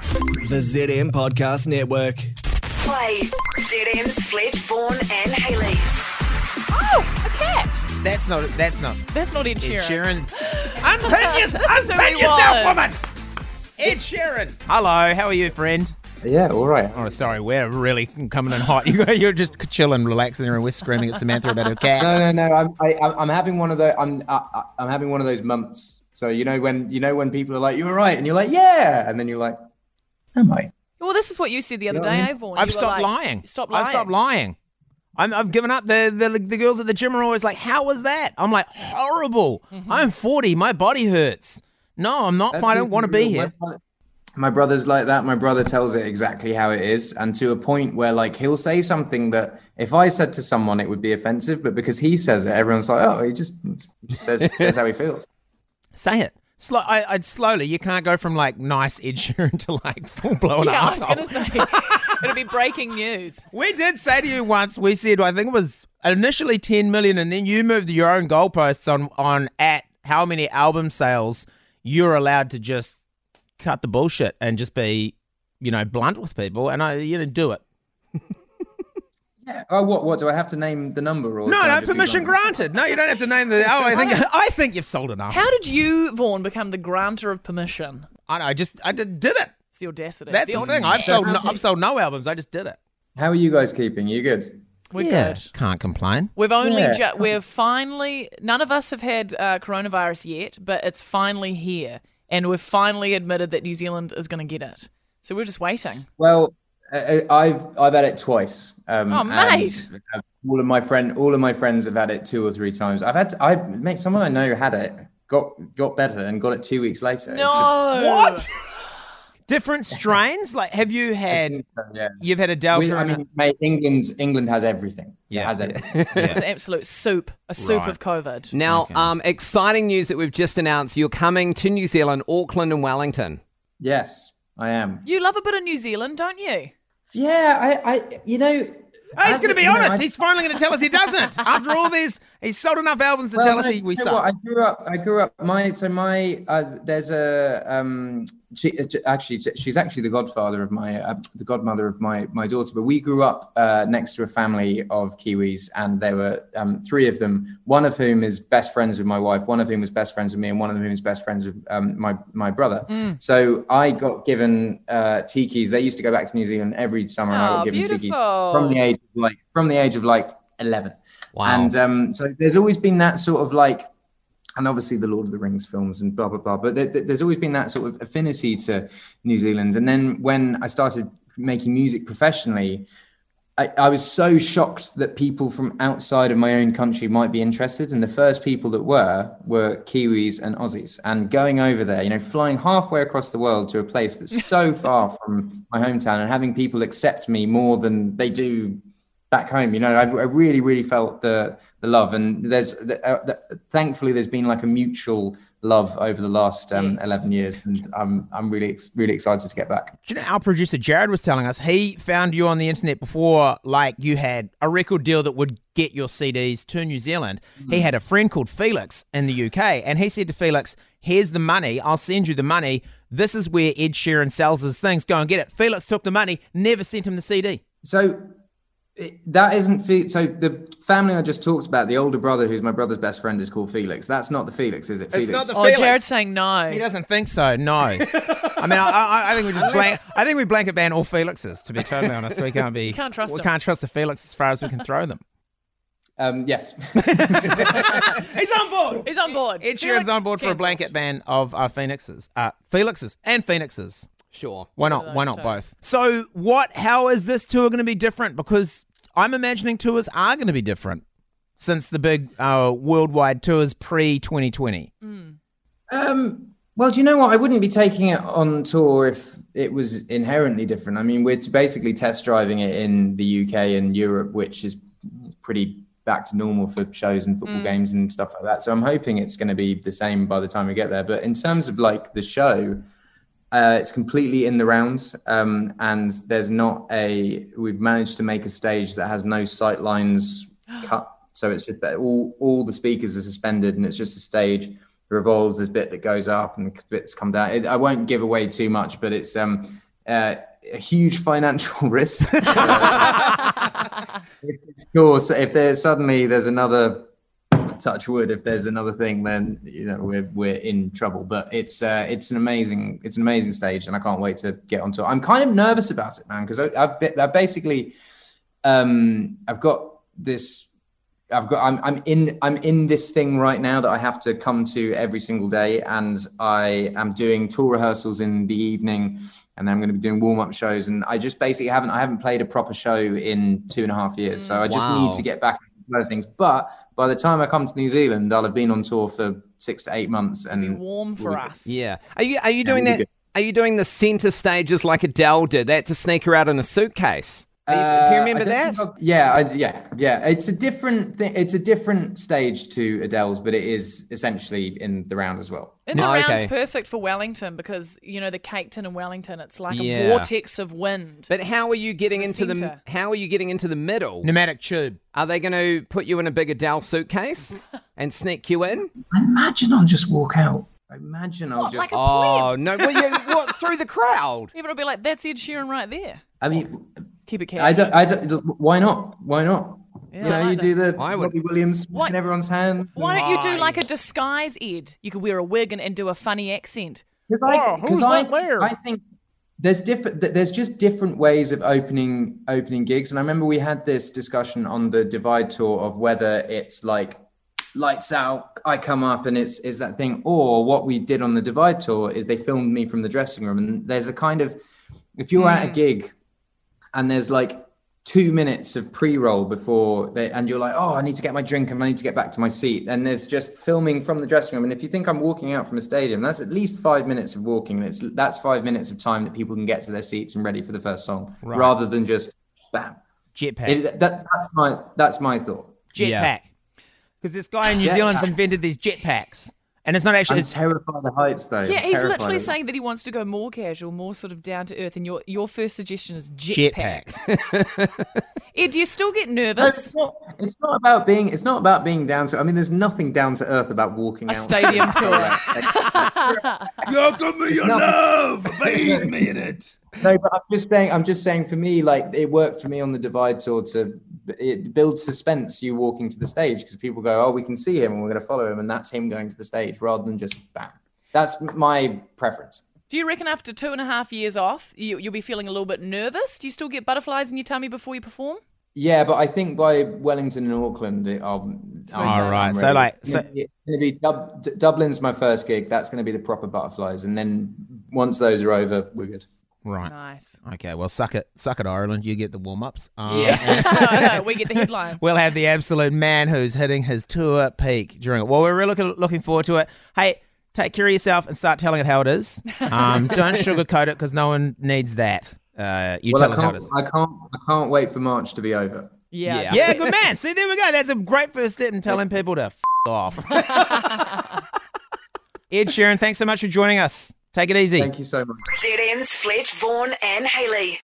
The ZM Podcast Network. Play ZM's Fletch, Vaughan, and Haley. Oh, a cat. That's not. That's not. That's not Ed Ed Sheeran. Sheeran. Unpin Yes, unpin yourself, woman. Ed Sheeran. Hello. How are you, friend? Yeah, all right. Oh, sorry. We're really coming in hot. You- You're just chilling, relaxing there, and we're screaming at Samantha about her cat. No, no, no. I'm, I, I'm- I'm having one of those. I'm, I, I- I'm having one of those months. So you know when you know when people are like, "You're all right," and you're like, "Yeah," and then you're like, "Am I?" Well, this is what you said the other Yeah, I day, mean- eh, Vaughan? I've You were stopped like, lying. Stop lying. I've stopped lying. I'm, I've given up. The, the the girls at the gym are always like, "How was that?" I'm like, "Horrible." Mm-hmm. I'm 40. My body hurts. No, I'm not. That's I don't good. want to My be here. brother- My brother's like that. My brother tells it exactly how it is, and to a point where like he'll say something that if I said to someone it would be offensive, but because he says it, everyone's like, "Oh, he just, he just says says how he feels." Say it. Slow, I, I'd slowly. You can't go from like nice Ed Sheeran to like full blown Yeah, I was arsehole. going to say, it'll be breaking news. We did say to you once. We said I think it was initially ten million, and then you moved your own goalposts on on at how many album sales you're allowed to just cut the bullshit and just be, you know, blunt with people, and I you know do it. Yeah. Oh, what? What do I have to name the number? Or No, can I no just be permission blunt? granted. No, you don't have to name the. Oh, I think I think you've sold enough. How did you, Vaughan, become the granter of permission? I know. I just I did, did it. It's the audacity. That's the, thing. I've sold. No, audacity. I've sold no albums. I just did it. How are you guys keeping? You good? We're good. can't complain. We've only Yeah. ju- we've finally none of us have had uh, coronavirus yet, but it's finally here, and we've finally admitted that New Zealand is going to get it. So we're just waiting. Well, I- I- I've I've had it twice. Um, Oh, and, mate. uh, All of my friend, all of my friends have had it two or three times. I've had, I mate, someone I know had it, got got better, and got it two weeks later. It's just- No, What? Different strains? Like, have you had? so, uh, yeah. You've had a Delta. We- I and a- mean, mate, England, England has everything. Yeah. It has everything. It's an absolute soup, a soup of COVID. Now, um, exciting news that we've just announced. You're coming to New Zealand, Auckland, and Wellington. yes, I am. You love a bit of New Zealand, don't you? Yeah, I, I, you know, Oh, he's as going to a- be you know, honest. I- he's finally going to tell us he doesn't. After all this, he's sold enough albums to Well, tell us no, he, we you know what, suck. I grew up. I grew up. My so my uh, there's a um. She uh, j- actually j- she's actually the godfather of my uh, the godmother of my my daughter. But we grew up uh, next to a family of Kiwis, and there were um, three of them. One of whom is best friends with my wife. One of whom was best friends with me, and one of whom is best friends with um, my my brother. So I got given uh, tikis. They used to go back to New Zealand every summer, and I Oh, got given tikis beautiful. from the age of like from the age of like eleven. And um, so there's always been that sort of like, and obviously the Lord of the Rings films and blah, blah, blah. But th- th- there's always been that sort of affinity to New Zealand. And then when I started making music professionally, I, I was so shocked that people from outside of my own country might be interested. And the first people that were were Kiwis and Aussies. And going over there, you know, flying halfway across the world to a place that's so far from my hometown and having people accept me more than they do back home. You know, I've, I really, really felt the the love, and there's the, uh, the, thankfully there's been like a mutual love over the last um, Yes. eleven years, and I'm I'm really ex- really excited to get back. Do you know, our producer Jared was telling us he found you on the internet before, like you had a record deal that would get your CDs to New Zealand. Mm-hmm. He had a friend called Felix in the UK, and he said to Felix, "Here's the money. I'll send you the money. This is where Ed Sheeran sells his things. Go and get it." Felix took the money, never sent him the CD. So it- that isn't fe- so the family I just talked about. The older brother, who's my brother's best friend, is called Felix. That's not the Felix, is it? Felix. not the Oh, Felix. Jared's saying no. He doesn't think so. No. I mean, I, I, I think we just blank. I think we blanket ban all Felixes. To be totally honest, we can't be. We can't trust We them. can't trust the Felix as far as we can throw them. um, yes. He's on board. He's on board. Ed Sheeran's Felix, on board for a cancelled. blanket ban of uh, Phoenixes, uh, Felixes, and Phoenixes. Sure. Why not? Why not those two. both? So, what? How is this tour going to be different? Because I'm imagining tours are going to be different since the big uh, worldwide tours pre 2020. Um, well, do you know what? I wouldn't be taking it on tour if it was inherently different. I mean, we're t- basically test driving it in the UK and Europe, which is pretty back to normal for shows and Mm. football games and stuff like that. So I'm hoping it's going to be the same by the time we get there. But in terms of like the show, uh, it's completely in the round, um, and there's not a. We've managed to make a stage that has no sight lines cut, so it's just that all all the speakers are suspended, and it's just a stage. It revolves. There's a bit that goes up and bits come down. It, I won't give away too much, but it's um uh, a huge financial risk. Of course, if there's suddenly there's another touch wood, if there's another thing, then you know we're we're in trouble. But it's uh, it's an amazing it's an amazing stage, and I can't wait to get onto it. I'm kind of nervous about it, man, because I've be- I basically um, I've got this. I've got. I'm. I'm in. I'm in this thing right now that I have to come to every single day, and I am doing tour rehearsals in the evening, and then I'm going to be doing warm up shows. And I just basically haven't. I haven't played a proper show in two and a half years, so I just need Wow. to get back into other things. But by the time I come to New Zealand, I'll have been on tour for six to eight months, Be and warm for us. Yeah. Are you are you doing really that? good. Are you doing the center stages like Adele did? That's a sneaker out in a suitcase. Are you- do Uh, you I remember don't that? think I've- yeah, I, yeah, yeah. It's a different thing. It's a different stage to Adele's, but it is essentially in the round as well. In the Oh, round's okay. perfect for Wellington because you know the caked in in Wellington, it's like Yeah. a vortex of wind. But how are you getting the into the centre. how are you getting into the middle? Pneumatic tube. Are they going to put you in a big Adele suitcase and sneak you in? I imagine I'll just walk out. I imagine I'll just. like a- Oh no! Well, you, what through the crowd? Everyone will be like, "That's Ed Sheeran right there." I mean, Keep it cash. I don't. I don't. Why not? Why not? Yeah, you I know, like you do this. the I would- Robbie Williams Why- in everyone's hand. Why don't you do like a disguise, Ed? You could wear a wig and, and do a funny accent. Because I, Oh, because who's I, that there? I think there's different. th- There's just different ways of opening opening gigs, and I remember we had this discussion on the Divide tour of whether it's like lights out, I come up, and it's is that thing, or what we did on the Divide tour is they filmed me from the dressing room, and there's a kind of if you're Mm. at a gig and there's like two minutes of pre-roll before they and you're like oh i need to get my drink and i need to get back to my seat and there's just filming from the dressing room and if you think i'm walking out from a stadium that's at least five minutes of walking and it's that's five minutes of time that people can get to their seats and ready for the first song rather than just bam Jetpack. It- that, that's my that's my thought jetpack. Because this guy in New Jetpack. Zealand's invented these jetpacks, and it's not i'm actually. It's, terrified of heights though Yeah, I'm he's terrified literally of- saying that he wants to go more casual, more sort of down to earth. And your your first suggestion is jetpack. Jetpack. Ed, do you still get No, nervous? it's not, it's not about being it's not about being down to i mean there's nothing down to earth about walking A out stadium tour. Yo, give me your love, bathe me in it. No, but I'm just saying. I'm just saying. For me, like it worked for me on the Divide tour to it builds suspense. You walking to the stage because people go, "Oh, we can see him, and we're going to follow him," and that's him going to the stage rather than just bam. That's my preference. Do you reckon after two and a half years off, you, you'll be feeling a little bit nervous? Do you still get butterflies in your tummy before you perform? Yeah, but I think by Wellington and Auckland, it, I'll. All right, so, like, so- it's going to be Dub- D- Dublin's my first gig. That's going to be the proper butterflies, and then once those are over, we're good. right. Nice. Okay. Well, suck it, suck it, Ireland. You get the Um, warm ups. I know, we get the headline. We'll have the absolute man who's hitting his tour peak during it. Well, we're really looking- looking forward to it. Hey, take care of yourself and start telling it how it is. Um, don't sugarcoat it because no one needs that. Uh, you Well, tell I it how it can't. is. I can't. I can't wait for March to be over. Yeah. Yeah. Yeah, good man. See, there we go. That's a great first step in telling people to f- off. Ed Sheeran, thanks so much for joining us. Take it easy. Thank you so much. ZM's Fletch Vaughan and Haley.